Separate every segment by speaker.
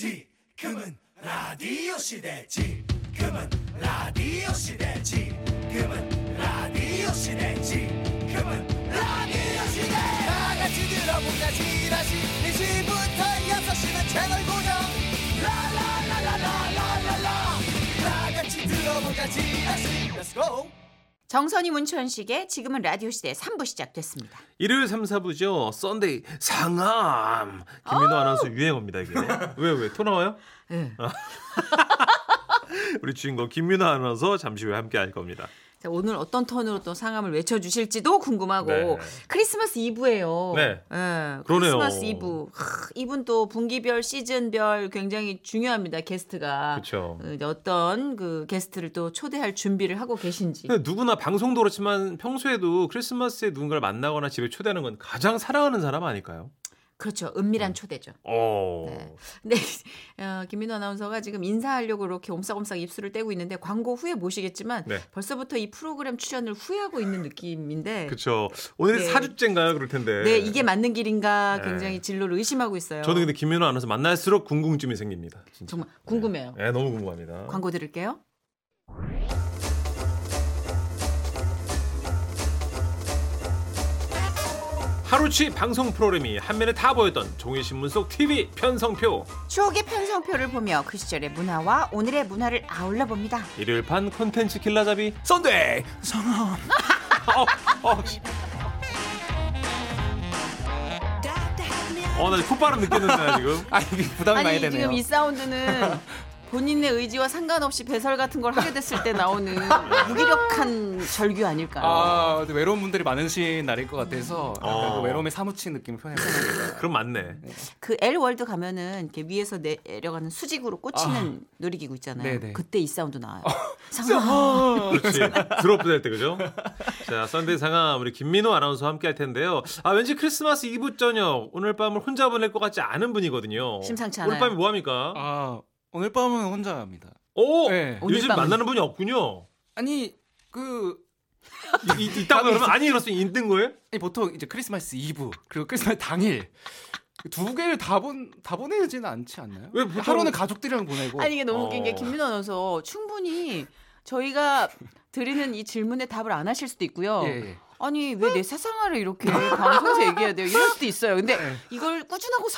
Speaker 1: 지금은 라디오 시대 지금은 라디오 시대 지금은 라디오 시대 지금은 라디오 시대 다 같이 들어보자 지라시 1시부터 6시는 채널 고정 라라라라라라라라 다 같이 들어보자 지라시 Let's go
Speaker 2: 정선이 문천식의 지금은 라디오 시대 3부 시작됐습니다.
Speaker 3: 일요일 3, 4부죠. 썬데이 상암. 김민호 아나운서 유행어입니다, 이게. 왜, 왜? 토 나와요?
Speaker 2: 네.
Speaker 3: 아. 우리 주인공 김민호 아나운서 잠시 후에 함께 할 겁니다.
Speaker 2: 자, 오늘 어떤 톤으로 또 상암을 외쳐주실지도 궁금하고
Speaker 3: 네.
Speaker 2: 크리스마스 이브예요.
Speaker 3: 네.
Speaker 2: 예,
Speaker 3: 그러네요.
Speaker 2: 크리스마스 이브. 하, 이분 또 분기별 시즌별 굉장히 중요합니다. 게스트가.
Speaker 3: 그쵸.
Speaker 2: 어, 이제 어떤 그 게스트를 또 초대할 준비를 하고 계신지.
Speaker 3: 근데 누구나 방송도 그렇지만 평소에도 크리스마스에 누군가를 만나거나 집에 초대하는 건 가장 사랑하는 사람 아닐까요?
Speaker 2: 그렇죠.
Speaker 3: 네.
Speaker 2: 은밀한 초대죠.
Speaker 3: 어.
Speaker 2: 네. 근데 어, 김민호 아나운서가 지금 인사하려고 이렇게 옴싹옴싹 입술을 떼고 있는데 광고 후에 모시겠지만
Speaker 3: 네.
Speaker 2: 벌써부터 이 프로그램 출연을 후회하고 있는 느낌인데
Speaker 3: 그쵸. 오늘이
Speaker 2: 네.
Speaker 3: 사 4주째인가요? 그럴 텐데.
Speaker 2: 네, 이게 맞는 길인가
Speaker 3: 네.
Speaker 2: 굉장히 진로를 의심하고 있어요.
Speaker 3: 저는 근데 김민호 아나운서 만날수록 궁금증이 생깁니다. 진짜.
Speaker 2: 정말 궁금해요.
Speaker 3: 네, 너무 궁금합니다.
Speaker 2: 광고 들을게요.
Speaker 3: 하루치 방송 프로그램이 한면에 다 보였던 종이신문 속 TV 편성표.
Speaker 2: 추억의 편성표를 보며 그 시절의 문화와 오늘의 문화를 아울러 봅니다.
Speaker 3: 일요일 판 콘텐츠 킬라잡이 썬데이 성함 어나 콧바람 느꼈는데 지금
Speaker 4: 아 이게 부담이 많이
Speaker 2: 아니
Speaker 4: 되네요.
Speaker 2: 지금 이 사운드는 본인의 의지와 상관없이 배설 같은 걸 하게 됐을 때 나오는 무기력한 절규 아닐까요?
Speaker 4: 아 근데 외로운 분들이 많으신 날일 것 같아서 약간
Speaker 3: 어.
Speaker 4: 그 외로움에 사무친 느낌을 표현해봤습니다.
Speaker 3: 그럼 맞네
Speaker 2: 그 L 월드 가면은 이렇게 위에서 내려가는 수직으로 꽂히는 놀이기구 있잖아요.
Speaker 4: 네네. 어,
Speaker 2: 그때 이 사운드 나와요. 상황.
Speaker 3: 그렇지 드롭 될때 그죠 자 썬데이 상암 우리 김민호 아나운서 함께 할 텐데요 아 왠지 크리스마스 이브 저녁 오늘 밤을 혼자 보낼 것 같지 않은 분이거든요
Speaker 2: 심상치
Speaker 3: 오늘
Speaker 2: 않아요.
Speaker 3: 밤에 뭐 합니까
Speaker 4: 아 오늘 밤은 혼자입니다.
Speaker 3: 오
Speaker 4: 네.
Speaker 2: 오늘
Speaker 3: 요즘
Speaker 2: 밤은-
Speaker 3: 만나는 분이 없군요
Speaker 4: 아니 그
Speaker 3: 이- 이- 네. 있다고
Speaker 4: 밤이
Speaker 3: 그러면 아니 이랬으면 있는 거예요
Speaker 4: 아니, 보통 이제 크리스마스 이브 그리고 크리스마스 당일 두 개를 다본다 보내지는 않지 않나요?
Speaker 3: 왜 보통-
Speaker 4: 하루는 가족들이랑 보내고
Speaker 2: 아니 이게 너무
Speaker 3: 어.
Speaker 2: 웃긴 게 김민호 아나운서 충분히 저희가 드리는 이 질문에 답을 안 하실 수도 있고요.
Speaker 4: 예, 예.
Speaker 3: 어.
Speaker 2: 아니 왜 내 세상화를 이렇게 방송에서 얘기해야 돼요? 이럴 수도 있어요. 근데
Speaker 4: 네.
Speaker 2: 이걸 꾸준하고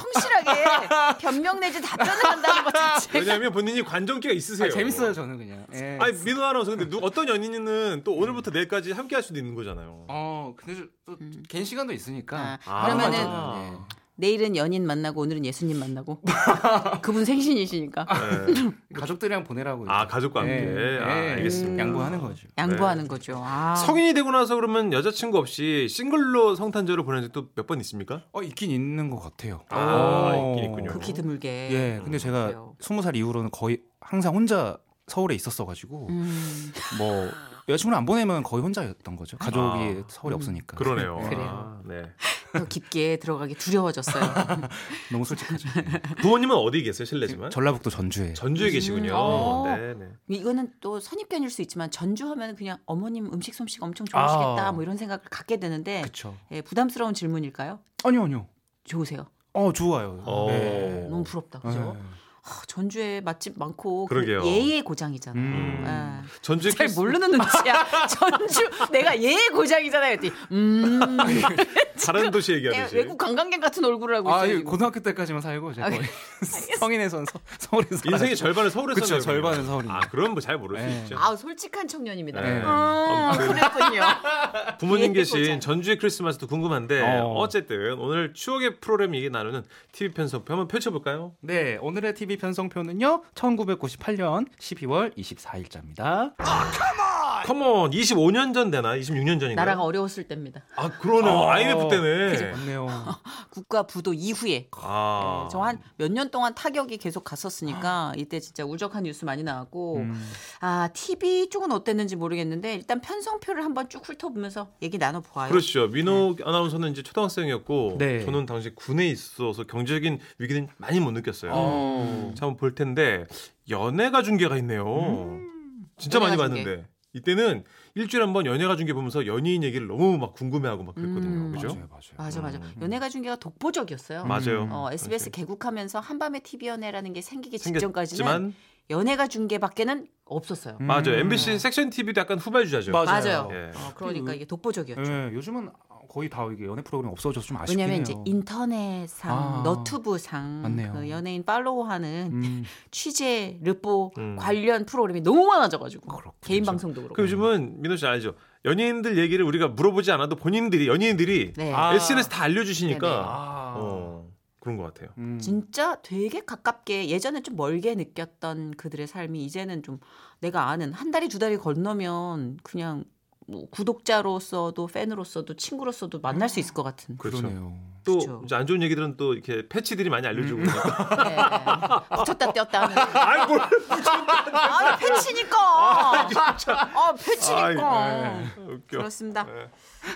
Speaker 2: 성실하게 변명 내지 답변을 한다는 것 자체가
Speaker 3: 왜냐하면 본인이 관종기가 있으세요
Speaker 4: 아, 재밌어요 저는 그냥. 예.
Speaker 3: 아니 뭐. 민호 아나운서 근데 누, 어떤 연인은 또 오늘부터 내일까지 함께 할 수도 있는 거잖아요.
Speaker 4: 어 근데 저- 또 개인 시간도 있으니까.
Speaker 2: 음.
Speaker 4: 예.
Speaker 2: 아, 그러면은
Speaker 3: 아.
Speaker 2: 내일은 연인 만나고 오늘은 예수님 만나고 그분 생신이시니까
Speaker 3: 네.
Speaker 4: 예. 가족들이랑 보내라고.
Speaker 3: 아,
Speaker 4: 이제. 예,
Speaker 3: 가족과 함께. 아, 알겠습니다.
Speaker 4: 양보하는 거죠. 네.
Speaker 2: 양보하는 거죠. 아.
Speaker 3: 성인이 되고 나서 그러면 여자친구 없이 싱글로 성탄절을 보낸 적도 몇 번 있습니까?
Speaker 4: 어 있긴 있는 것 같아요.
Speaker 3: 아,
Speaker 4: 어.
Speaker 3: 있긴 있군요.
Speaker 2: 극히 드물게.
Speaker 4: 예, 근데 제가
Speaker 2: 음, 그래요.
Speaker 4: 스무 살 이후로는 거의 항상 혼자 서울에 있었어가지고
Speaker 2: 음,
Speaker 4: 뭐 여자친구를 안 보내면 거의 혼자였던 거죠. 가족이
Speaker 3: 아.
Speaker 4: 서울에 없으니까.
Speaker 3: 그러네요.
Speaker 2: 그래요.
Speaker 3: 아, 네.
Speaker 2: 더 깊게 들어가기 두려워졌어요.
Speaker 4: 너무 솔직하죠.
Speaker 3: 네? 부모님은 어디 계세요? 실례지만.
Speaker 4: 전라북도 전주에.
Speaker 3: 전주에 계시군요.
Speaker 2: 음, 어.
Speaker 3: 네, 네.
Speaker 2: 이거는 또 선입견일 수 있지만 전주 하면 그냥 어머님 음식 솜씨가 엄청 좋으시겠다
Speaker 4: 아.
Speaker 2: 뭐 이런 생각을 갖게
Speaker 3: 네.
Speaker 2: 되는데
Speaker 4: 그렇죠.
Speaker 2: 예, 부담스러운 질문일까요?
Speaker 4: 아니요, 아니요.
Speaker 2: 좋으세요.
Speaker 4: 어 좋아요.
Speaker 3: 어.
Speaker 4: 네.
Speaker 2: 너무 부럽다. 그죠?
Speaker 4: 네.
Speaker 2: 아, 전주에 맛집 많고 그
Speaker 3: 그러게요.
Speaker 2: 예의 고장이잖아. 요
Speaker 4: 음.
Speaker 3: 전주에
Speaker 2: 잘
Speaker 3: 크리스-
Speaker 2: 모르는 눈치야. 전주 내가 예의 고장이잖아요. 그랬더니 음.
Speaker 3: 다른 도시
Speaker 2: 예,
Speaker 3: 얘기하듯이.
Speaker 2: 외국 관광객 같은 얼굴을 하고
Speaker 4: 아,
Speaker 2: 있어요.
Speaker 4: 예,
Speaker 2: 지금.
Speaker 4: 고등학교 때까지만 살고 제가 거의 성인에선 서, 서울에 서
Speaker 3: 인생의 절반을 서울에서
Speaker 4: 그쵸,
Speaker 3: 살고 있네요.
Speaker 4: 절반은 서울이네요.
Speaker 3: 아, 그럼 뭐 잘 모를 수
Speaker 4: 네.
Speaker 3: 있죠.
Speaker 2: 아우, 솔직한 청년입니다.
Speaker 3: 네.
Speaker 2: 아, 그랬군요.
Speaker 3: 부모님
Speaker 2: 예,
Speaker 3: 계신
Speaker 2: 그거죠.
Speaker 3: 전주의 크리스마스도 궁금한데
Speaker 4: 어.
Speaker 3: 어. 쨌든 오늘 추억의 프로그램 얘기 나누는 TV 편성표 한번 펼쳐볼까요?
Speaker 4: 네, 오늘의 TV 편성표는요. 1998년 12월 24일자입니다.
Speaker 3: 아, 컴온 25년 전 되나 26년 전인가?
Speaker 2: 나라가 어. 어려웠을 때입니다.
Speaker 3: 아 그러네요 IMF 때네.
Speaker 4: 맞네요.
Speaker 2: 국가 부도 이후에
Speaker 3: 아
Speaker 2: 저 한 몇 년 동안 타격이 계속
Speaker 4: 아.
Speaker 2: 갔었으니까 이때 진짜 우적한 뉴스 많이 나왔고
Speaker 4: 음.
Speaker 2: 아 TV 쪽은 어땠는지 모르겠는데 일단 편성표를 한번 쭉 훑어보면서 얘기 나눠보아요.
Speaker 3: 그렇죠. 민호 아나운서는 이제 초등학생이었고
Speaker 4: 네.
Speaker 3: 저는 당시 군에 있어서 경제적인 위기는 많이 못 느꼈어요.
Speaker 4: 음.
Speaker 3: 자, 한번 볼 텐데 연애가 중계가 있네요. 진짜 많이
Speaker 2: 연애가
Speaker 3: 봤는데 이때는 일주일에 한 번 연예가 중계 보면서 연예인 얘기를 너무 막 궁금해하고 막 그랬거든요.
Speaker 2: 음.
Speaker 3: 그죠?
Speaker 4: 네,
Speaker 3: 음.
Speaker 4: 맞아요, 맞아요.
Speaker 2: 맞아 맞아.
Speaker 4: 음.
Speaker 2: 연예가 중계가 독보적이었어요.
Speaker 3: 맞아요. 그렇죠.
Speaker 2: 어,
Speaker 4: 그렇죠.
Speaker 2: SBS
Speaker 3: 사실.
Speaker 2: 개국하면서 한밤의 TV 연애라는 게 생기기 직전까지는
Speaker 3: 생겼지만
Speaker 2: 연예가 중계밖에는 없었어요.
Speaker 4: 음.
Speaker 3: 맞아요. MBC 섹션 TV도 약간 후발주자죠.
Speaker 4: 맞아요.
Speaker 2: 맞아요.
Speaker 3: 예.
Speaker 2: 어, 그러니까 이게 독보적이었죠.
Speaker 4: 예, 요즘은 거의 다 이게 연애 프로그램 없어져서 좀 아쉽긴
Speaker 2: 왜냐하면
Speaker 4: 해요.
Speaker 2: 이제 인터넷상,
Speaker 4: 아.
Speaker 2: 너튜브상,
Speaker 4: 맞네요.
Speaker 2: 그 연예인 팔로우하는
Speaker 4: 음,
Speaker 2: 취재, 르포
Speaker 3: 음.
Speaker 2: 관련 프로그램이 너무 많아져가지고
Speaker 4: 그렇군요.
Speaker 2: 개인 방송도 그렇고.
Speaker 3: 그 요즘은 민호 씨 알죠? 연예인들 얘기를 우리가 물어보지 않아도 본인들이 연예인들이
Speaker 2: 네.
Speaker 4: 아.
Speaker 3: SNS 다 알려주시니까
Speaker 2: 네네.
Speaker 4: 아.
Speaker 3: 어, 그런 것 같아요.
Speaker 4: 음.
Speaker 2: 진짜 되게 가깝게 예전에 좀 멀게 느꼈던 그들의 삶이 이제는 좀 내가 아는 한 달이 두 달이 건너면 그냥 뭐 구독자로서도 팬으로서도 친구로서도 만날 수 있을 것 같은.
Speaker 3: 그렇죠.
Speaker 4: 그러네요.
Speaker 2: 그렇죠.
Speaker 3: 또 안 좋은 얘기들은 또 이렇게 패치들이 많이 알려주고 그러니까.
Speaker 2: 네. 붙였다 떼었다 하는.
Speaker 3: 아이 뭘
Speaker 2: 아 패치니까. 아 패치니까.
Speaker 3: 아이, 네. 웃겨. 네.
Speaker 2: 그렇습니다.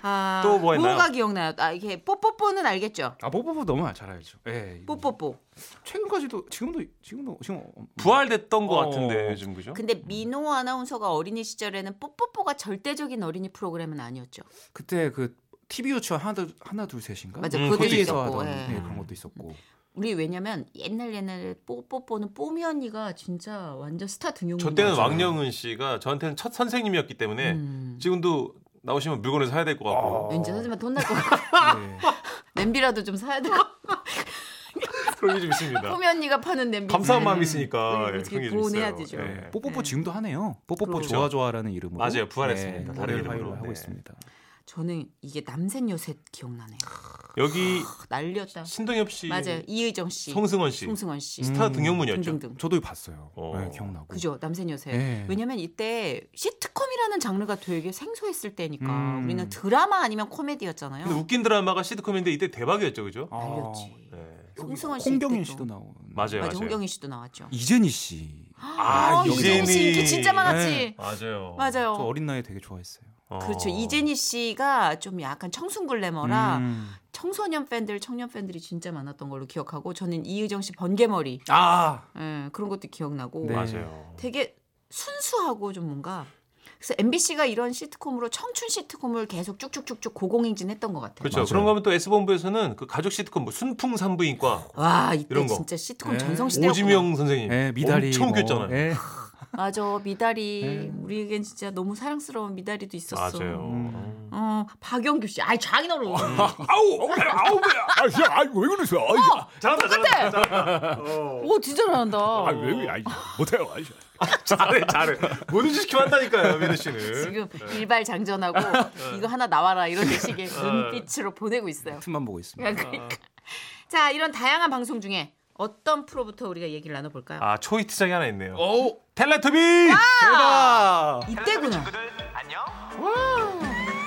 Speaker 2: 아,
Speaker 3: 또뭐 했나요?
Speaker 2: 뭐가 기억나요? 아 이게 뽀뽀뽀는 알겠죠.
Speaker 4: 아 뽀뽀뽀 너무 잘 알죠. 예. 이거
Speaker 2: 뽀뽀뽀.
Speaker 4: 최근까지도 지금도 지금도 지금
Speaker 3: 부활됐던 것
Speaker 4: 어.
Speaker 3: 같은데 요즘 그죠?
Speaker 2: 근데 민호 아나운서가 어린이 시절에는 뽀뽀뽀가 절대적인 어린이 프로그램은 아니었죠.
Speaker 4: 그때 그 TV 유치원 하나 하나 둘 셋인가?
Speaker 2: 맞아,
Speaker 3: 음, 그것도
Speaker 4: 거기에서
Speaker 2: 있었고,
Speaker 4: 하던
Speaker 2: 예.
Speaker 4: 예, 그런 것도 있었고.
Speaker 2: 우리 왜냐면 옛날 옛날에 뽀뽀뽀는 뽀미 언니가 진짜 완전 스타 등용인
Speaker 3: 저 때는
Speaker 2: 거죠.
Speaker 3: 왕영은 씨가 저한테는 첫 선생님이었기 때문에
Speaker 2: 음.
Speaker 3: 지금도 나오시면 물건을 사야 될 것 같고
Speaker 2: 왠지 하지만 돈 날 것 같고
Speaker 4: 예.
Speaker 2: 냄비라도 좀 사야 될 것 같고
Speaker 3: 그런 게 좀 있습니다.
Speaker 2: 뽀미 언니가 파는 냄비
Speaker 3: 감사한
Speaker 2: 네.
Speaker 3: 마음이 있으니까
Speaker 2: 음,
Speaker 3: 예, 그런 게좀
Speaker 2: 보호해야
Speaker 3: 있어요.
Speaker 2: 되죠.
Speaker 3: 예.
Speaker 4: 뽀뽀뽀
Speaker 2: 네.
Speaker 4: 지금도 하네요. 뽀뽀뽀
Speaker 2: 그렇죠.
Speaker 4: 좋아 좋아라는 이름으로.
Speaker 3: 맞아요, 부활했습니다.
Speaker 4: 예,
Speaker 3: 다른
Speaker 4: 월요일
Speaker 3: 이름으로.
Speaker 4: 화요일 하고
Speaker 3: 네.
Speaker 4: 있습니다.
Speaker 2: 저는 이게 남색 요새 기억나네요
Speaker 3: 여기
Speaker 2: 날렸다
Speaker 3: 신동엽 씨,
Speaker 2: 맞아요 이의정 씨
Speaker 3: 송승헌 아. 씨,
Speaker 2: 송승헌 씨
Speaker 3: 스타
Speaker 4: 음,
Speaker 3: 등용문이었죠.
Speaker 2: 등등등
Speaker 4: 저도 봤어요.
Speaker 3: 어.
Speaker 4: 예, 기억나고.
Speaker 2: 그죠 남색 요새
Speaker 4: 예.
Speaker 2: 왜냐면 이때 시트콤이라는 장르가 되게 생소했을 때니까
Speaker 4: 음.
Speaker 2: 우리는 드라마 아니면 코미디였잖아요
Speaker 3: 근데 웃긴 드라마가 시드콤인데 이때 대박이었죠, 그죠?
Speaker 4: 아,
Speaker 2: 날렸지
Speaker 3: 네.
Speaker 2: 송승헌 씨
Speaker 4: 홍경인
Speaker 2: 때도.
Speaker 4: 씨도 나온.
Speaker 2: 맞아
Speaker 3: 맞아요, 맞아요.
Speaker 2: 홍경인 씨도 나왔죠
Speaker 4: 이재니 씨.
Speaker 3: 아,
Speaker 2: 어, 이재니 씨 인기 진짜 많았지.
Speaker 4: 네.
Speaker 3: 맞아요.
Speaker 2: 맞아요.
Speaker 4: 저 어린 나이에 되게 좋아했어요.
Speaker 3: 어.
Speaker 2: 그렇죠. 이재니 씨가 좀 약간 청순 글래머라
Speaker 4: 음.
Speaker 2: 청소년 팬들, 청년 팬들이 진짜 많았던 걸로 기억하고 저는 이의정 씨 번개머리
Speaker 4: 아.
Speaker 2: 예, 그런 것도 기억나고
Speaker 4: 네.
Speaker 3: 맞아요.
Speaker 2: 되게 순수하고 좀 뭔가 그래서 MBC가 이런 시트콤으로 청춘 시트콤을 계속 쭉쭉쭉쭉 고공행진했던 것 같아요.
Speaker 3: 그렇죠. 그런 거면 또 S본부에서는 그 가족 시트콤 뭐 순풍 산부인과
Speaker 2: 와 이때
Speaker 3: 이런 거. 네.
Speaker 2: 진짜 시트콤
Speaker 4: 예.
Speaker 2: 전성시대였구나.
Speaker 3: 오지명 선생님
Speaker 4: 예, 미달이
Speaker 3: 어, 엄청
Speaker 4: 뭐,
Speaker 3: 웃겼잖아요.
Speaker 4: 예.
Speaker 2: 맞아 미달이 우리에겐 진짜 너무 사랑스러운 미달이도 있었어.
Speaker 3: 네. 맞아요.
Speaker 4: 음.
Speaker 2: 어 박영규 씨, 아이 장인어른.
Speaker 4: 아우, 아우, 아, 야, 아이, 왜 그러세요? 아이,
Speaker 2: 어,
Speaker 3: 잘한다,
Speaker 2: 똑같아.
Speaker 3: 잘한다. 어.
Speaker 2: 오 진짜 잘한다.
Speaker 4: 아이, 왜 그래? 아이, 못해요, 아이.
Speaker 3: 잘해, 잘해. 뭐든지 시키면 한다니까요, 민우 씨는.
Speaker 2: 지금 일발장전하고
Speaker 4: 네.
Speaker 2: 이거 하나 나와라 이런 식의 눈빛으로 보내고 있어요.
Speaker 4: 틈만 보고 있습니다.
Speaker 2: 그러니까 자 이런 다양한 방송 중에 어떤 프로부터 우리가 얘기를 나눠볼까요?
Speaker 3: 아, 초이트장이 하나 있네요.
Speaker 2: 어?
Speaker 3: 텔레토비!
Speaker 4: 대박!
Speaker 2: 이때구나.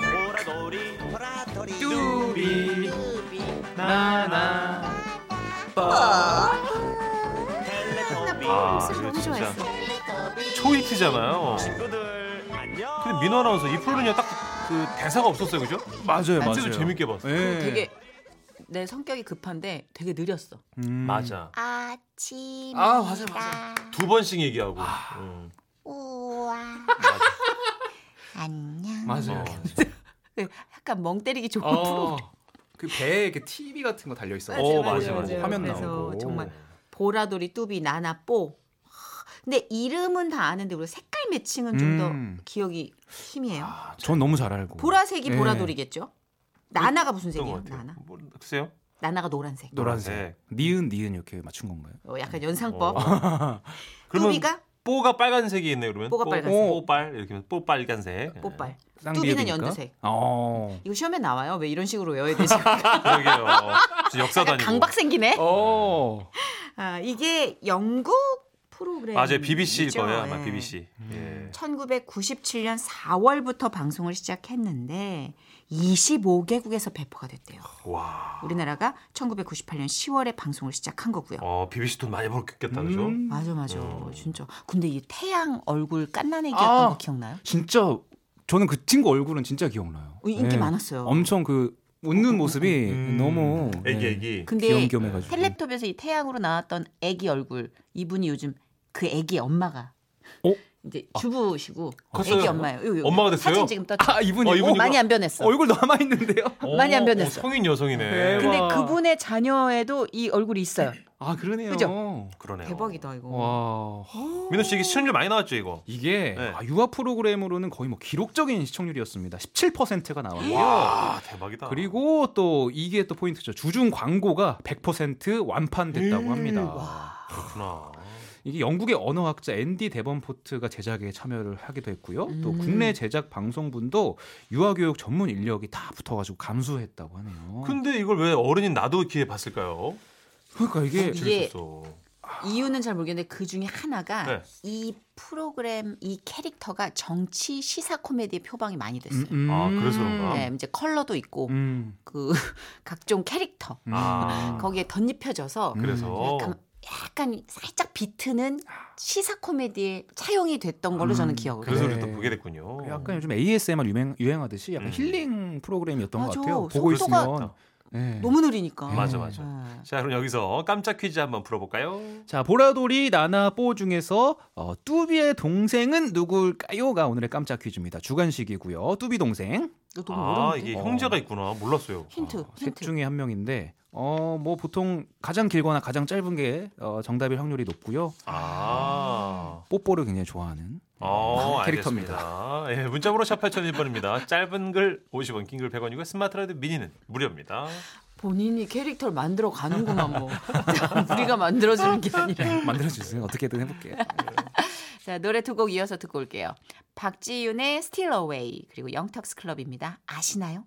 Speaker 1: 보라돌이 보라돌이
Speaker 4: 뚜비, 나나.
Speaker 1: 텔레토비
Speaker 3: 아,
Speaker 2: 목소리 너무
Speaker 3: 진짜.
Speaker 2: 좋아했어.
Speaker 3: 초이트잖아요.
Speaker 1: 친구들 안녕
Speaker 3: 근데 민호 아나운서 이 프로는요, 딱 그 대사가 없었어요, 그죠?
Speaker 4: 맞아요,
Speaker 3: 진짜
Speaker 4: 맞아요.
Speaker 3: 재밌게 봤어요.
Speaker 4: 예.
Speaker 2: 되게 내 성격이 급한데 되게 느렸어.
Speaker 4: 음.
Speaker 3: 맞아.
Speaker 5: 아침
Speaker 4: 아, 맞아, 맞아.
Speaker 3: 두 번씩 얘기하고.
Speaker 2: 아.
Speaker 3: 음.
Speaker 5: 우와 안녕
Speaker 4: 맞아요.
Speaker 2: 그 약간 멍 때리기 좋은 프로.
Speaker 4: 어. 그 배에 이렇게 TV 같은 거 달려 있어.
Speaker 3: 맞아요, 어, 맞아요, 맞아요. 맞아요.
Speaker 4: 화면
Speaker 2: 그래서
Speaker 4: 나오고.
Speaker 2: 정말 보라돌이 뚜비 나나뽀. 하, 근데 이름은 다 아는데 우리 색깔 매칭은 좀 더
Speaker 4: 음. 아,
Speaker 2: 기억이 힘이에요.
Speaker 4: 전 너무 잘 알고.
Speaker 2: 보라색이
Speaker 4: 네.
Speaker 2: 보라돌이겠죠? 나나가 무슨
Speaker 3: 예. 어떤 것
Speaker 2: 색이에요?
Speaker 3: 같아요?
Speaker 2: 나나.
Speaker 3: 뭐, 글쎄요.
Speaker 2: 나나가 노란색.
Speaker 4: 노란색.
Speaker 3: 네.
Speaker 4: 니은 니은 이렇게 맞춘 건가요?
Speaker 2: 어, 약간 연상법.
Speaker 3: 그러면
Speaker 2: 뚜비가
Speaker 3: 뽀가 빨간색이 있네요, 그러면.
Speaker 2: 뽀가
Speaker 3: 뽀- 어,
Speaker 2: 빨간색. 네,
Speaker 3: 뽀빨 이렇게 하면 뽀빨간색. 예.
Speaker 2: 뽀빨.
Speaker 4: 쌍비읍이니까?
Speaker 2: 뚜비는 연두색.
Speaker 4: 어.
Speaker 2: 이거 시험에 나와요. 왜 이런 식으로 외워야 되지?
Speaker 3: 예. 그러게요. 진짜 역사도
Speaker 2: 약간
Speaker 3: 아니고.
Speaker 2: 강박 생기네.
Speaker 4: 어.
Speaker 2: 아, 이게 영국 프로그램.
Speaker 3: 맞아요. BBC일 거예요. 아마 BBC.
Speaker 2: 음.
Speaker 3: 예.
Speaker 2: 1997년 4월부터 방송을 시작했는데 25개국에서 배포가 됐대요.
Speaker 3: 와.
Speaker 2: 우리나라가 1998년 10월에 방송을 시작한 거고요.
Speaker 3: 어, 음. BBC 돈 많이
Speaker 4: 음.
Speaker 3: 벌었겠다, 그죠?
Speaker 2: 맞아 맞아. 진짜. 근데 이 태양 얼굴 깐난애기였던
Speaker 4: 아.
Speaker 2: 거 기억나요?
Speaker 4: 진짜 저는 그 친구 얼굴은 진짜 기억나요.
Speaker 2: 어, 인기
Speaker 3: 네.
Speaker 4: 예.
Speaker 2: 많았어요.
Speaker 4: 엄청 그 웃는 모습이 너무
Speaker 3: 음. 애기,
Speaker 4: 예,
Speaker 3: 애기.
Speaker 2: 근데
Speaker 4: 귀염귀염해가지고.
Speaker 2: 텔레톱에서 이 태양으로 나왔던 애기 얼굴 이분이 요즘 그 애기 엄마가
Speaker 4: 어?
Speaker 2: 이제 주부시고
Speaker 3: 컸어요?
Speaker 2: 아기 엄마예요. 요, 요, 요.
Speaker 3: 엄마가 됐어요?
Speaker 2: 그 사진 지금 떴죠.
Speaker 4: 아 이분이
Speaker 3: 어,
Speaker 2: 오,
Speaker 3: 이분이-
Speaker 2: 많이 안 변했어.
Speaker 4: 얼굴 남아 있는데요.
Speaker 3: 오,
Speaker 2: 많이 안
Speaker 3: 오,
Speaker 2: 변했어.
Speaker 3: 성인 여성이네.
Speaker 4: 대박.
Speaker 2: 근데
Speaker 4: 와.
Speaker 2: 그분의 자녀에도 이 얼굴이 있어요.
Speaker 4: 아 그러네요.
Speaker 2: 그죠?
Speaker 3: 그러네요.
Speaker 2: 대박이다 이거.
Speaker 4: 와
Speaker 3: 민호 씨 이게 시청률 많이 나왔죠 이거.
Speaker 4: 이게
Speaker 3: 네.
Speaker 4: 아, 유아 프로그램으로는 거의 뭐 기록적인 시청률이었습니다. 17%가
Speaker 2: 네.
Speaker 4: 나왔고요.
Speaker 3: 와 대박이다.
Speaker 4: 그리고 또 이게 또 포인트죠. 주중 광고가 100% 완판됐다고
Speaker 3: 음,
Speaker 4: 합니다.
Speaker 3: 그렇구나.
Speaker 4: 이게 영국의 언어학자 앤디 데번포트가 제작에 참여를 하기도 했고요. 또
Speaker 2: 음.
Speaker 4: 국내 제작 방송분도 유아교육 전문 인력이 다 붙어가지고 감수했다고 하네요.
Speaker 3: 근데 이걸 왜 어른인 나도 기회 봤을까요?
Speaker 4: 그러니까 이게
Speaker 2: 이게-
Speaker 3: 재밌었어.
Speaker 2: 이유는 잘 모르겠는데 그 중에 하나가
Speaker 3: 네.
Speaker 2: 이 프로그램 이 캐릭터가 정치 시사 코미디의 표방이 많이 됐어요.
Speaker 3: 아, 그래서 그런가?
Speaker 2: 네, 이제 컬러도 있고
Speaker 4: 음,
Speaker 2: 그 각종 캐릭터
Speaker 4: 음.
Speaker 3: 아
Speaker 2: 거기에 덧입혀져서
Speaker 3: 그래서
Speaker 2: 약간,
Speaker 3: 어.
Speaker 2: 약간 살짝 비트는 시사 코미디에 차용이 됐던 걸로
Speaker 4: 음,
Speaker 2: 저는 기억을
Speaker 3: 그래서
Speaker 2: 해요.
Speaker 3: 우리 또 보게 됐군요.
Speaker 4: 약간 요즘 ASMR 유행 유행하듯이 약간
Speaker 3: 음.
Speaker 4: 힐링 프로그램이었던
Speaker 2: 맞아.
Speaker 4: 것 같아요. 보고
Speaker 2: 속도가
Speaker 4: 있으면 네.
Speaker 2: 너무 느리니까.
Speaker 3: 맞아 맞아.
Speaker 2: 네.
Speaker 3: 자 그럼 여기서 깜짝 퀴즈 한번 풀어볼까요?
Speaker 4: 자 보라돌이 나나뽀 중에서 어, 뚜비의 동생은 누굴까요가 오늘의 깜짝 퀴즈입니다. 주간식이고요. 뚜비 동생
Speaker 2: 이거 너무
Speaker 3: 아
Speaker 2: 어려운데.
Speaker 3: 이게 형제가 있구나 몰랐어요.
Speaker 2: 힌트,
Speaker 4: 어, 셋
Speaker 2: 힌트.
Speaker 4: 중에 한 명인데 어 뭐 보통 가장 길거나 가장 짧은 게 어, 정답일 확률이 높고요.
Speaker 3: 아.
Speaker 4: 뽀뽀를 굉장히 좋아하는
Speaker 3: 어,
Speaker 4: 캐릭터입니다.
Speaker 3: 캐릭터입니다. 예, 문자번호 샵 8001번입니다. 짧은 글 50원, 긴 글 100원이고 스마트 라디오 미니는 무료입니다.
Speaker 2: 본인이 캐릭터를 만들어 가는구만 뭐. 우리가 만들어주는 게
Speaker 3: 네.
Speaker 2: 아니라.
Speaker 4: 만들어주세요. 어떻게든 해볼게요.
Speaker 2: 자 노래 두 곡 이어서 듣고 올게요. 박지윤의 Still Away 그리고 영턱스 클럽입니다. 아시나요?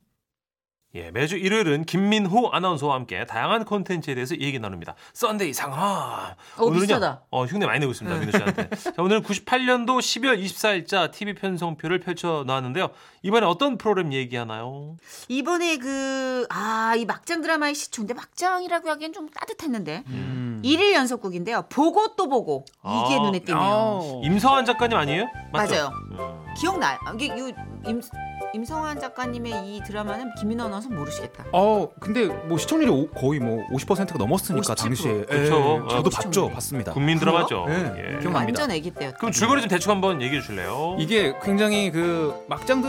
Speaker 3: 예, 매주 일요일은 김민호 아나운서와 함께 다양한 콘텐츠에 대해서 얘기 나눕니다. 썬데이 상황.
Speaker 2: 어, 비슷하다. 네.
Speaker 3: 어, 흉내 많이 내고 있습니다. 민호 씨한테. 자, 오늘은 98년도 12월 24일자 TV 편성표를 펼쳐 나왔는데요. 이번에 어떤 프로그램 얘기하나요?
Speaker 2: 이번에 그 아 이 막장 드라마의 시초인데 막장이라고 하기엔 좀 따뜻했는데
Speaker 4: 음.
Speaker 2: 일일 연속극인데요. 보고 또 보고 이게
Speaker 3: 아,
Speaker 2: 눈에 띄네요.
Speaker 4: 아우.
Speaker 3: 임서환 작가님 아니에요?
Speaker 2: 맞아요.
Speaker 3: 음.
Speaker 2: 기억나요? 아, 이게 요 임, 임성환 작가님의 이 드라마는 김민호 아나운서 모르시겠다.
Speaker 3: 네,
Speaker 4: 어 근데 뭐 시청률이 오- 거의 뭐 50%가 넘었으니까
Speaker 2: 57%.
Speaker 4: 당시에
Speaker 3: 그렇죠.
Speaker 4: 예, 저도
Speaker 2: 아,
Speaker 4: 봤죠
Speaker 2: 시청률이.
Speaker 4: 봤습니다.
Speaker 3: 국민 드라마죠.
Speaker 4: 네.
Speaker 3: 예.
Speaker 4: 기억나- 기억납니다.
Speaker 2: 완전 아기 때였다.
Speaker 3: 그럼 줄거리 좀 대충 한번 얘기해 줄래요?
Speaker 4: 이게 굉장히 그 막장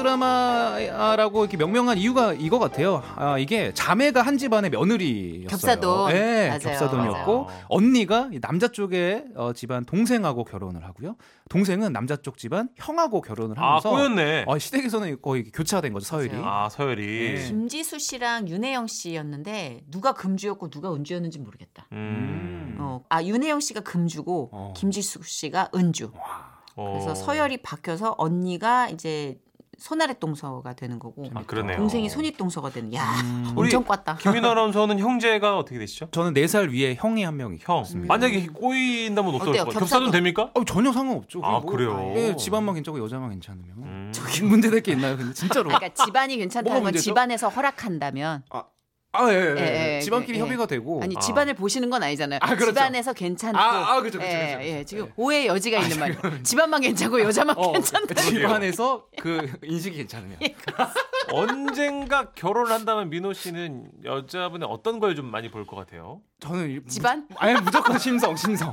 Speaker 4: 드라마라고 이렇게 명명한 이유가 이거 같아요. 아 이게 자매가 한 집안의 며느리였어요.
Speaker 2: 겹사돈.
Speaker 4: 예,
Speaker 2: 맞아요.
Speaker 4: 겹사돈이었고
Speaker 3: 맞아요.
Speaker 4: 언니가 이 남자 쪽의 어, 집안 동생하고 결혼을 하고요. 동생은 남자 쪽 집안 형하고 결혼을
Speaker 3: 아,
Speaker 4: 하면서
Speaker 3: 꼬였네.
Speaker 4: 어, 시댁에서는 거의 교차된 거죠 서열이.
Speaker 2: 맞아요.
Speaker 3: 아, 서열이.
Speaker 4: 네.
Speaker 2: 김지수 씨랑 윤혜영 씨였는데 누가 금주였고 누가 은주였는지 모르겠다.
Speaker 3: 음.
Speaker 2: 어, 아 윤혜영 씨가 금주고
Speaker 4: 어.
Speaker 2: 김지수 씨가 은주.
Speaker 3: 어.
Speaker 2: 그래서 서열이 바뀌어서 언니가 이제 손아래 동서가 되는 거고
Speaker 3: 아, 그러네요.
Speaker 2: 동생이 손윗 동서가 되는. 야
Speaker 4: 음.
Speaker 3: 우리
Speaker 2: 엄청 꽈다.
Speaker 3: 김민호 아나운서는 형제가 어떻게 되시죠?
Speaker 4: 저는 4살 위에 형이 한 명이.
Speaker 3: 형. 만약에 꼬인다면 어떨
Speaker 2: 어때요?
Speaker 3: 거예요?
Speaker 2: 겹사돈?
Speaker 3: 겹사돈 됩니까?
Speaker 4: 어, 전혀 상관없죠.
Speaker 3: 아,
Speaker 4: 뭐,
Speaker 3: 그래요?
Speaker 4: 예, 집안만 괜찮고 여자만 괜찮으면
Speaker 3: 음.
Speaker 4: 저기 문제될 게 있나요? 근데 진짜로.
Speaker 2: 그러니까 집안이 괜찮다는
Speaker 4: 뭐가
Speaker 2: 건
Speaker 4: 문제죠?
Speaker 2: 집안에서 허락한다면
Speaker 4: 아, 예, 예,
Speaker 2: 예,
Speaker 4: 예.
Speaker 2: 예,
Speaker 4: 집안끼리
Speaker 2: 예, 예.
Speaker 4: 협의가 되고.
Speaker 2: 아니
Speaker 3: 아.
Speaker 2: 집안을 보시는 건 아니잖아요.
Speaker 4: 어, 아, 그렇죠.
Speaker 2: 집안에서 괜찮고
Speaker 4: 아, 아, 그죠, 그죠,
Speaker 2: 예,
Speaker 4: 그죠,
Speaker 2: 예,
Speaker 4: 그죠.
Speaker 2: 지금
Speaker 4: 예.
Speaker 2: 오해의 여지가 있는 말. 집안만 괜찮고 여자만
Speaker 4: 어,
Speaker 2: 괜찮다. 예.
Speaker 4: 집안에서 그 인식이 괜찮으면.
Speaker 3: 언젠가 결혼한다면 민호 씨는 여자분의 어떤 걸 좀 많이 볼 것 같아요?
Speaker 4: 저는 이-
Speaker 2: 집안?
Speaker 4: 무, 아니 무조건 심성, 심성.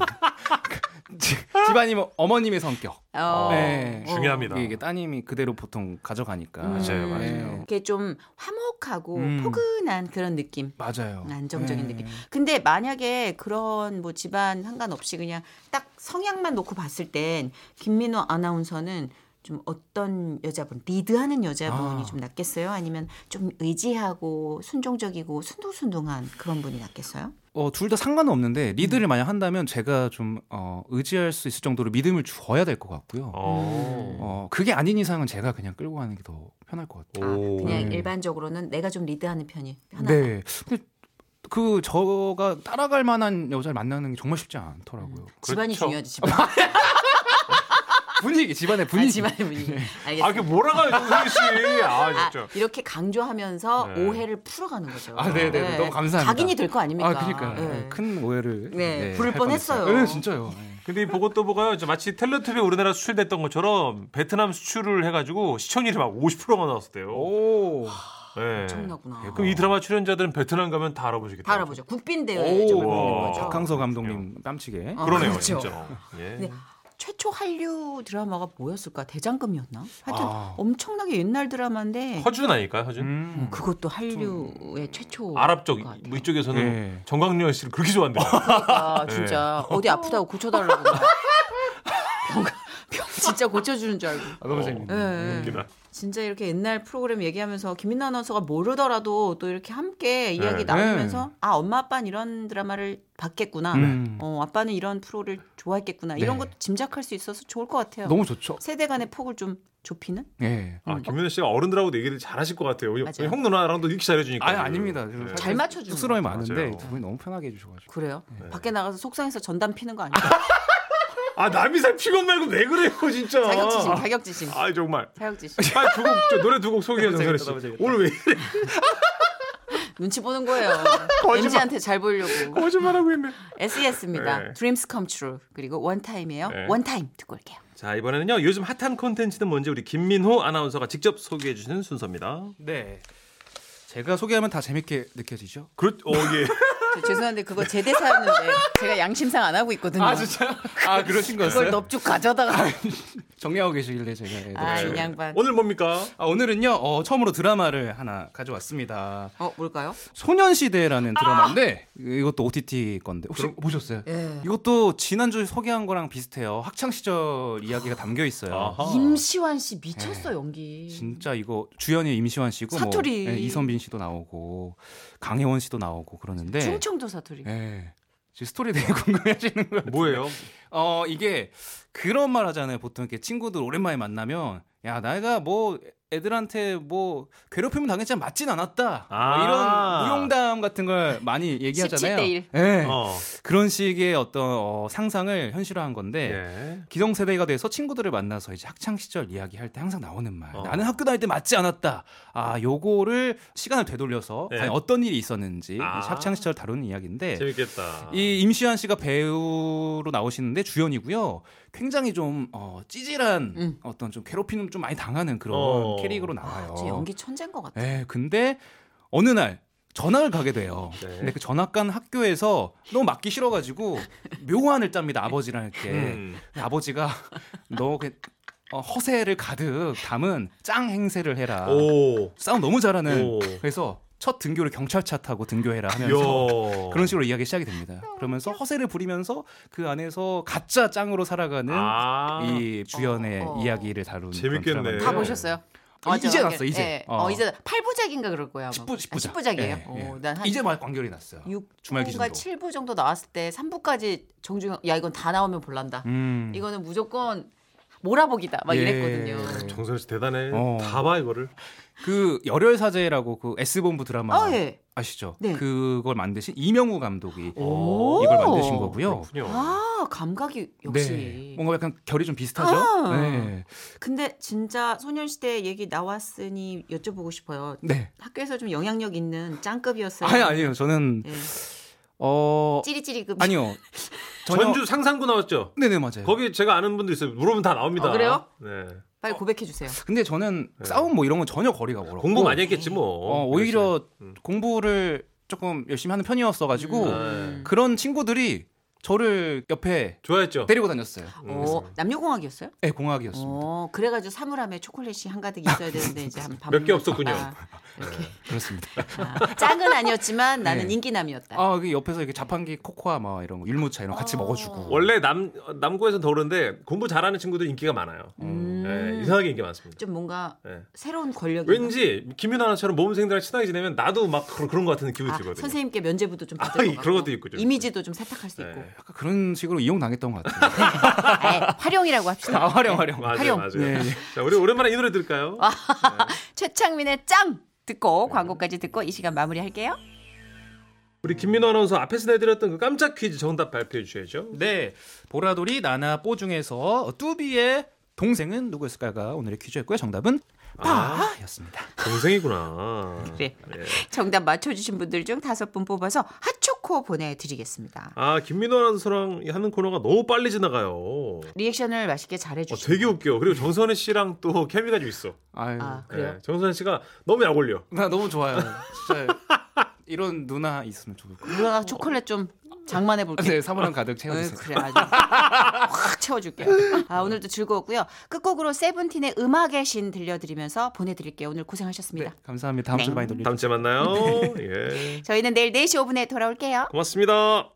Speaker 4: 지- 집안이 뭐 어머님의 성격.
Speaker 2: 어.
Speaker 4: 네.
Speaker 3: 중요합니다.
Speaker 4: 이게 따님이 그대로 보통 가져가니까.
Speaker 2: 음.
Speaker 3: 맞아요, 맞아요.
Speaker 4: 네.
Speaker 2: 이게 좀 화목하고
Speaker 4: 음.
Speaker 2: 포근한 그런 느낌.
Speaker 4: 맞아요.
Speaker 2: 안정적인
Speaker 4: 네.
Speaker 2: 느낌. 근데 만약에 그런 뭐 집안 상관없이 그냥 딱 성향만 놓고 봤을 땐 김민호 아나운서는 좀 어떤 여자분 리드하는 여자분이
Speaker 4: 아.
Speaker 2: 좀 낫겠어요? 아니면 좀 의지하고 순종적이고 순둥순둥한 그런 분이 낫겠어요?
Speaker 4: 어, 둘 다 상관은 없는데
Speaker 2: 음.
Speaker 4: 리드를 만약 한다면 제가 좀 어, 의지할 수 있을 정도로 믿음을 줘야 될 것 같고요. 어.
Speaker 3: 어.
Speaker 4: 그게 아닌 이상은 제가 그냥 끌고 가는 게 더 편할 것 같아요.
Speaker 2: 아, 그냥
Speaker 4: 네.
Speaker 2: 일반적으로는 내가 좀 리드하는 편이 편하다.
Speaker 4: 네. 근데 그 저가 따라갈 만한 여자를 만나는 게 정말 쉽지 않더라고요.
Speaker 2: 집안이
Speaker 3: 그렇죠.
Speaker 2: 중요하지 집안.
Speaker 4: 아, 분위기 집안의
Speaker 2: 아,
Speaker 4: 분위기.
Speaker 2: 집안의 분위기.
Speaker 3: 아,
Speaker 2: 알겠습니다.
Speaker 3: 이게 뭐라고 해요, 민호 씨? 아,
Speaker 2: 아,
Speaker 3: 진짜.
Speaker 2: 이렇게 강조하면서
Speaker 3: 네.
Speaker 2: 오해를 풀어가는 거죠.
Speaker 4: 아, 네, 네, 네. 너무 감사합니다.
Speaker 2: 각인이 될 거 아닙니까?
Speaker 4: 아, 그러니까
Speaker 2: 네.
Speaker 4: 큰 오해를
Speaker 2: 네,
Speaker 4: 네,
Speaker 2: 부를
Speaker 4: 할
Speaker 2: 뻔했어요.
Speaker 4: 뻔했어요. 네, 진짜요.
Speaker 3: 근데 이 보고 또 보가요. 이제 마치 텔레토비 우리나라 수출됐던 것처럼 베트남 수출을 해가지고 시청률이 막 50%가 나왔었대요.
Speaker 4: 오.
Speaker 3: 네.
Speaker 2: 엄청나구나.
Speaker 3: 그럼 이 드라마 출연자들은 베트남 가면 다 알아보시겠다.
Speaker 2: 다 알아보죠. 국빈 대회
Speaker 4: 오.
Speaker 2: 정말 보는 거죠.
Speaker 3: 와.
Speaker 4: 박항서 감독님 깜치게.
Speaker 2: 어.
Speaker 3: 그러네요,
Speaker 2: 그렇죠.
Speaker 3: 진짜. 예.
Speaker 2: 네. 최초 한류 드라마가 뭐였을까? 대장금이었나? 하여튼
Speaker 4: 아.
Speaker 2: 엄청나게 옛날 드라마인데
Speaker 3: 허준 아닐까요? 허준?
Speaker 4: 음.
Speaker 2: 그것도 한류의 최초
Speaker 3: 아랍 쪽
Speaker 2: 같아요.
Speaker 3: 뭐 이쪽에서는
Speaker 4: 예.
Speaker 3: 정광렬 씨를 그렇게 좋아한대요.
Speaker 2: 아
Speaker 4: 네.
Speaker 2: 진짜 어디 아프다고 고쳐달라고 막 병, 병 진짜 고쳐주는 줄 알고
Speaker 4: 아, 너무
Speaker 3: 어.
Speaker 4: 재밌네.
Speaker 2: 예, 예.
Speaker 3: 웃기다.
Speaker 2: 진짜 이렇게 옛날 프로그램 얘기하면서 김민나 아나운서가 모르더라도 또 이렇게 함께 이야기
Speaker 3: 네.
Speaker 2: 나누면서 아 엄마 아빠는 이런 드라마를 봤겠구나
Speaker 4: 음.
Speaker 2: 어 아빠는 이런 프로를 좋아했겠구나 이런
Speaker 4: 네.
Speaker 2: 것도 짐작할 수 있어서 좋을 것 같아요
Speaker 4: 너무 좋죠.
Speaker 2: 세대 간의 폭을 좀 좁히는
Speaker 4: 예.
Speaker 3: 아, 김민호 씨가 어른들하고도 얘기를 잘하실 것 같아요. 왜냐면
Speaker 2: 맞아요.
Speaker 3: 형 누나랑도 이렇게 잘해주니까.
Speaker 4: 아 아닙니다.
Speaker 3: 예.
Speaker 2: 잘 맞춰주는
Speaker 4: 쑥스러움이 많은데
Speaker 3: 맞아요.
Speaker 4: 두 분이 너무 편하게 해주셔가지고.
Speaker 2: 그래요
Speaker 3: 네.
Speaker 2: 밖에 나가서 속상해서 전담 피는 거 아니에요
Speaker 3: 아 남이 살 피곤 말고 왜 그래요 진짜.
Speaker 2: 자격지심 자격지심
Speaker 3: 아 정말.
Speaker 2: 자격지심
Speaker 3: 아 두곡 노래 두 곡 소개해 정선혜 씨.
Speaker 4: 너무 재밌다.
Speaker 3: 오늘 왜 이래?
Speaker 2: 눈치 보는 거예요 MZ한테 잘 보려고
Speaker 3: 거짓말하고 있네.
Speaker 2: SES입니다.
Speaker 3: 네.
Speaker 2: Dreams Come True. 그리고 원타임이에요.
Speaker 3: 네.
Speaker 2: 원타임 듣고 올게요.
Speaker 3: 자 이번에는요 요즘 핫한 콘텐츠는 뭔지 우리 김민호 아나운서가 직접 소개해 주시는 순서입니다.
Speaker 4: 네. 제가 소개하면 다 재밌게 느껴지죠?
Speaker 3: 그렇 어 예.
Speaker 2: 저 죄송한데 그거 제 대사였는데 제가 양심상 안 하고 있거든요.
Speaker 4: 아 그러신
Speaker 2: 그걸 넙죽 가져다가
Speaker 4: 정리하고 계시길래 제가. 예,
Speaker 2: 아,
Speaker 4: 네.
Speaker 2: 이 양반.
Speaker 3: 오늘 뭡니까?
Speaker 4: 아, 오늘은요 어, 처음으로 드라마를 하나 가져왔습니다.
Speaker 2: 어, 뭘까요?
Speaker 4: 소년시대라는 드라마인데 이것도 OTT 건데 혹시 보셨어요?
Speaker 2: 아. 예.
Speaker 4: 이것도 지난주 소개한 거랑 비슷해요. 학창 시절 이야기가 담겨 있어요. 네.
Speaker 3: 아하.
Speaker 2: 임시완 씨 미쳤어 연기.
Speaker 4: 진짜 이거 주연이 임시완 씨고 뭐,
Speaker 2: 사투리.
Speaker 4: 예, 이선빈 씨도 나오고 강혜원 씨도 나오고 그러는데
Speaker 2: 충청도 사투리.
Speaker 4: 예. 지금 스토리 되게 궁금해하시는 거예요.
Speaker 3: 뭐예요?
Speaker 4: 어 이게 그런 말 하잖아요. 보통 이렇게 친구들 오랜만에 만나면 야 내가 뭐 애들한테 뭐 괴롭힘을 당했지만 맞진 않았다.
Speaker 3: 아.
Speaker 4: 뭐 이런 무용담 같은 걸 많이 얘기하잖아요.
Speaker 2: 17대 일.
Speaker 4: 예.
Speaker 3: 어.
Speaker 4: 그런 식의 어떤 어, 상상을 현실화한 건데
Speaker 3: 예.
Speaker 4: 기성세대가 돼서 친구들을 만나서 이제 학창 시절 이야기할 때 항상 나오는 말.
Speaker 3: 어.
Speaker 4: 나는 학교 다닐 때 맞지 않았다. 아, 요거를 시간을 되돌려서
Speaker 3: 네.
Speaker 4: 과연 어떤 일이 있었는지
Speaker 3: 아.
Speaker 4: 학창 시절 다루는 이야기인데
Speaker 3: 네. 재밌겠다.
Speaker 4: 이 임시완 씨가 배우로 나오시는데 주연이고요. 굉장히 좀 어, 찌질한
Speaker 2: 음.
Speaker 4: 어떤 좀 괴롭힘 좀 많이 당하는 그런
Speaker 3: 어.
Speaker 4: 캐릭으로
Speaker 2: 아,
Speaker 4: 나와요.
Speaker 2: 저 연기 천재인 것 같아.
Speaker 4: 예, 근데 어느 날 전학을 가게 돼요.
Speaker 3: 네.
Speaker 4: 근데 그 전학 간 학교에서 너무 맞기 싫어가지고 묘안을 짭니다 아버지랑 이렇게.
Speaker 3: 음.
Speaker 4: 근데 아버지가 너 그, 어, 허세를 가득 담은 짱 행세를 해라.
Speaker 3: 아, 오.
Speaker 4: 싸움 너무 잘하는.
Speaker 3: 오.
Speaker 4: 그래서 첫 등교를 경찰차 타고 등교해라 하면서
Speaker 3: 야.
Speaker 4: 그런 식으로 이야기 시작이 됩니다. 그러면서 허세를 부리면서 그 안에서 가짜 짱으로 살아가는
Speaker 3: 아.
Speaker 4: 이 주연의
Speaker 2: 어, 어.
Speaker 4: 이야기를 다룬
Speaker 3: 재밌겠네.
Speaker 4: 그런
Speaker 2: 다
Speaker 3: 예.
Speaker 2: 보셨어요?
Speaker 4: 어, 이제
Speaker 2: 맞아.
Speaker 4: 났어, 이제.
Speaker 2: 예. 어.
Speaker 4: 어.
Speaker 2: 이제 8부작인가 그럴 거야.
Speaker 4: 10부, 10부작.
Speaker 2: 10부작이에요.
Speaker 4: 예, 예.
Speaker 2: 어, 아, 난한
Speaker 4: 이제 막 완결이 났어요.
Speaker 2: 6부가
Speaker 4: 주말 기준으로.
Speaker 2: 7부 정도 나왔을 때 3부까지 정중앙 야 이건 다 나오면 볼란다.
Speaker 4: 음.
Speaker 2: 이거는 무조건 몰아보기다 막
Speaker 4: 예.
Speaker 2: 이랬거든요.
Speaker 3: 정선혜 씨 대단해.
Speaker 4: 어.
Speaker 3: 다 봐 이거를.
Speaker 4: 그 열혈 사제라고 그 S 본부 드라마
Speaker 2: 아 예.
Speaker 4: 아시죠?
Speaker 2: 네.
Speaker 4: 그걸 만드신 이명우 감독이
Speaker 2: 오.
Speaker 4: 이걸 만드신 거고요.
Speaker 3: 그렇군요.
Speaker 2: 아 감각이 역시.
Speaker 4: 네. 뭔가 약간 결이 좀 비슷하죠?
Speaker 2: 아.
Speaker 4: 네.
Speaker 2: 근데 진짜 소년시대 얘기 나왔으니 여쭤보고 싶어요.
Speaker 4: 네.
Speaker 2: 학교에서 좀 영향력 있는 짱급이었어요.
Speaker 4: 아니 아니요. 저는
Speaker 2: 예. 그
Speaker 4: 어
Speaker 2: 찌리찌리급.
Speaker 4: 아니요. 전혀-
Speaker 3: 전주 상상구 나왔죠?
Speaker 4: 네네 맞아요.
Speaker 3: 거기 제가 아는 분도 있어요. 물어보면 다 나옵니다.
Speaker 2: 아, 그래요?
Speaker 3: 네.
Speaker 2: 빨리 고백해 주세요.
Speaker 4: 근데 저는
Speaker 3: 네.
Speaker 4: 싸움 뭐 이런 건 전혀 거리가 멀었고
Speaker 3: 공부 많이 했겠지 뭐.
Speaker 4: 어, 오히려
Speaker 3: 음.
Speaker 4: 공부를 조금 열심히 하는 편이었어 가지고
Speaker 3: 음.
Speaker 4: 그런 친구들이 저를 옆에
Speaker 3: 좋아했죠.
Speaker 4: 데리고 다녔어요.
Speaker 2: 어, 남녀공학이었어요?
Speaker 4: 네, 공학이었습니다.
Speaker 2: 어, 그래가지고 사물함에 초콜릿이 한가득 있어야 되는데 이제 한밥
Speaker 3: 몇개
Speaker 2: 먹-
Speaker 3: 없었군요.
Speaker 2: 아, 이렇게.
Speaker 4: 그렇습니다.
Speaker 2: 아, 짱은 아니었지만 나는
Speaker 4: 네.
Speaker 2: 인기남이었다.
Speaker 4: 아, 그 옆에서 이렇게 자판기 코코아 막 이런 거 율무차 이런 거 같이
Speaker 2: 어.
Speaker 4: 먹어주고.
Speaker 3: 원래 남 남고에서는 더 그런데 공부 잘하는 친구들 인기가 많아요.
Speaker 2: 음.
Speaker 3: 네, 이상하게 인기 많습니다.
Speaker 2: 좀 뭔가
Speaker 3: 네.
Speaker 2: 새로운 권력이
Speaker 3: 왠지 김윤아처럼 모범생들랑 친하게 지내면 나도 막 그런 그렇죠, 그런 것 같은 느낌이
Speaker 2: 아,
Speaker 3: 들거든요.
Speaker 2: 선생님께 면제부도 좀
Speaker 3: 아,
Speaker 2: 받을 것 같고
Speaker 3: 그런 것도 있고 좀.
Speaker 2: 이미지도 좀 세탁할 수
Speaker 3: 네.
Speaker 2: 있고
Speaker 4: 약간 그런 식으로 이용당했던 것 같아요.
Speaker 2: 아예 활용이라고 합시다
Speaker 4: 아, 활용 활용.
Speaker 3: 맞아요,
Speaker 2: 활용.
Speaker 3: 맞아요.
Speaker 4: 예, 예.
Speaker 3: 자, 우리 오랜만에 이 노래 들을까요?
Speaker 2: 아. 최창민의 짱 듣고 광고까지 듣고 이 시간 마무리할게요
Speaker 3: 우리 김민호 아나운서 앞에서 내드렸던 그 깜짝 퀴즈 정답 발표해 주셔야죠.
Speaker 4: 네, 보라돌이 나나 뽀 중에서 뚜비의 동생은 누구였을까가 오늘의 퀴즈였고요. 정답은
Speaker 3: 아.
Speaker 4: 바였습니다.
Speaker 3: 동생이구나.
Speaker 2: 그래.
Speaker 3: 예.
Speaker 2: 네. 정답 맞춰주신 분들 중 다섯 분 뽑아서 핫초코 보내드리겠습니다
Speaker 3: 아 김민호 아나운서랑 하는 코너가 너무 빨리 지나가요.
Speaker 2: 리액션을 맛있게
Speaker 3: 어,
Speaker 2: 잘해주시고
Speaker 3: 되게 웃겨. 그리고 정선혜 씨랑 또 케미가 좀 있어.
Speaker 4: 아유,
Speaker 2: 아 그래요?
Speaker 3: 예, 정선혜 씨가 너무 약 올려.
Speaker 4: 나 너무 좋아요. 진짜 이런 누나 있으면 좋을 것 같아요.
Speaker 2: 누나가 초콜릿 좀 장만해 볼게.
Speaker 4: 네, 사물함 가득
Speaker 2: 어이,
Speaker 4: 채워주세요.
Speaker 2: 그래 아주 확 채워줄게요. 아 오늘도 즐거웠고요. 끝곡으로 세븐틴의 음악의 신 들려드리면서 보내드릴게요. 오늘 고생하셨습니다. 네.
Speaker 4: 감사합니다. 다음 주에 많이 놀려주세요.
Speaker 3: 다음 주에 만나요. 예.
Speaker 2: 저희는 내일 4시 5분에 돌아올게요.
Speaker 3: 고맙습니다.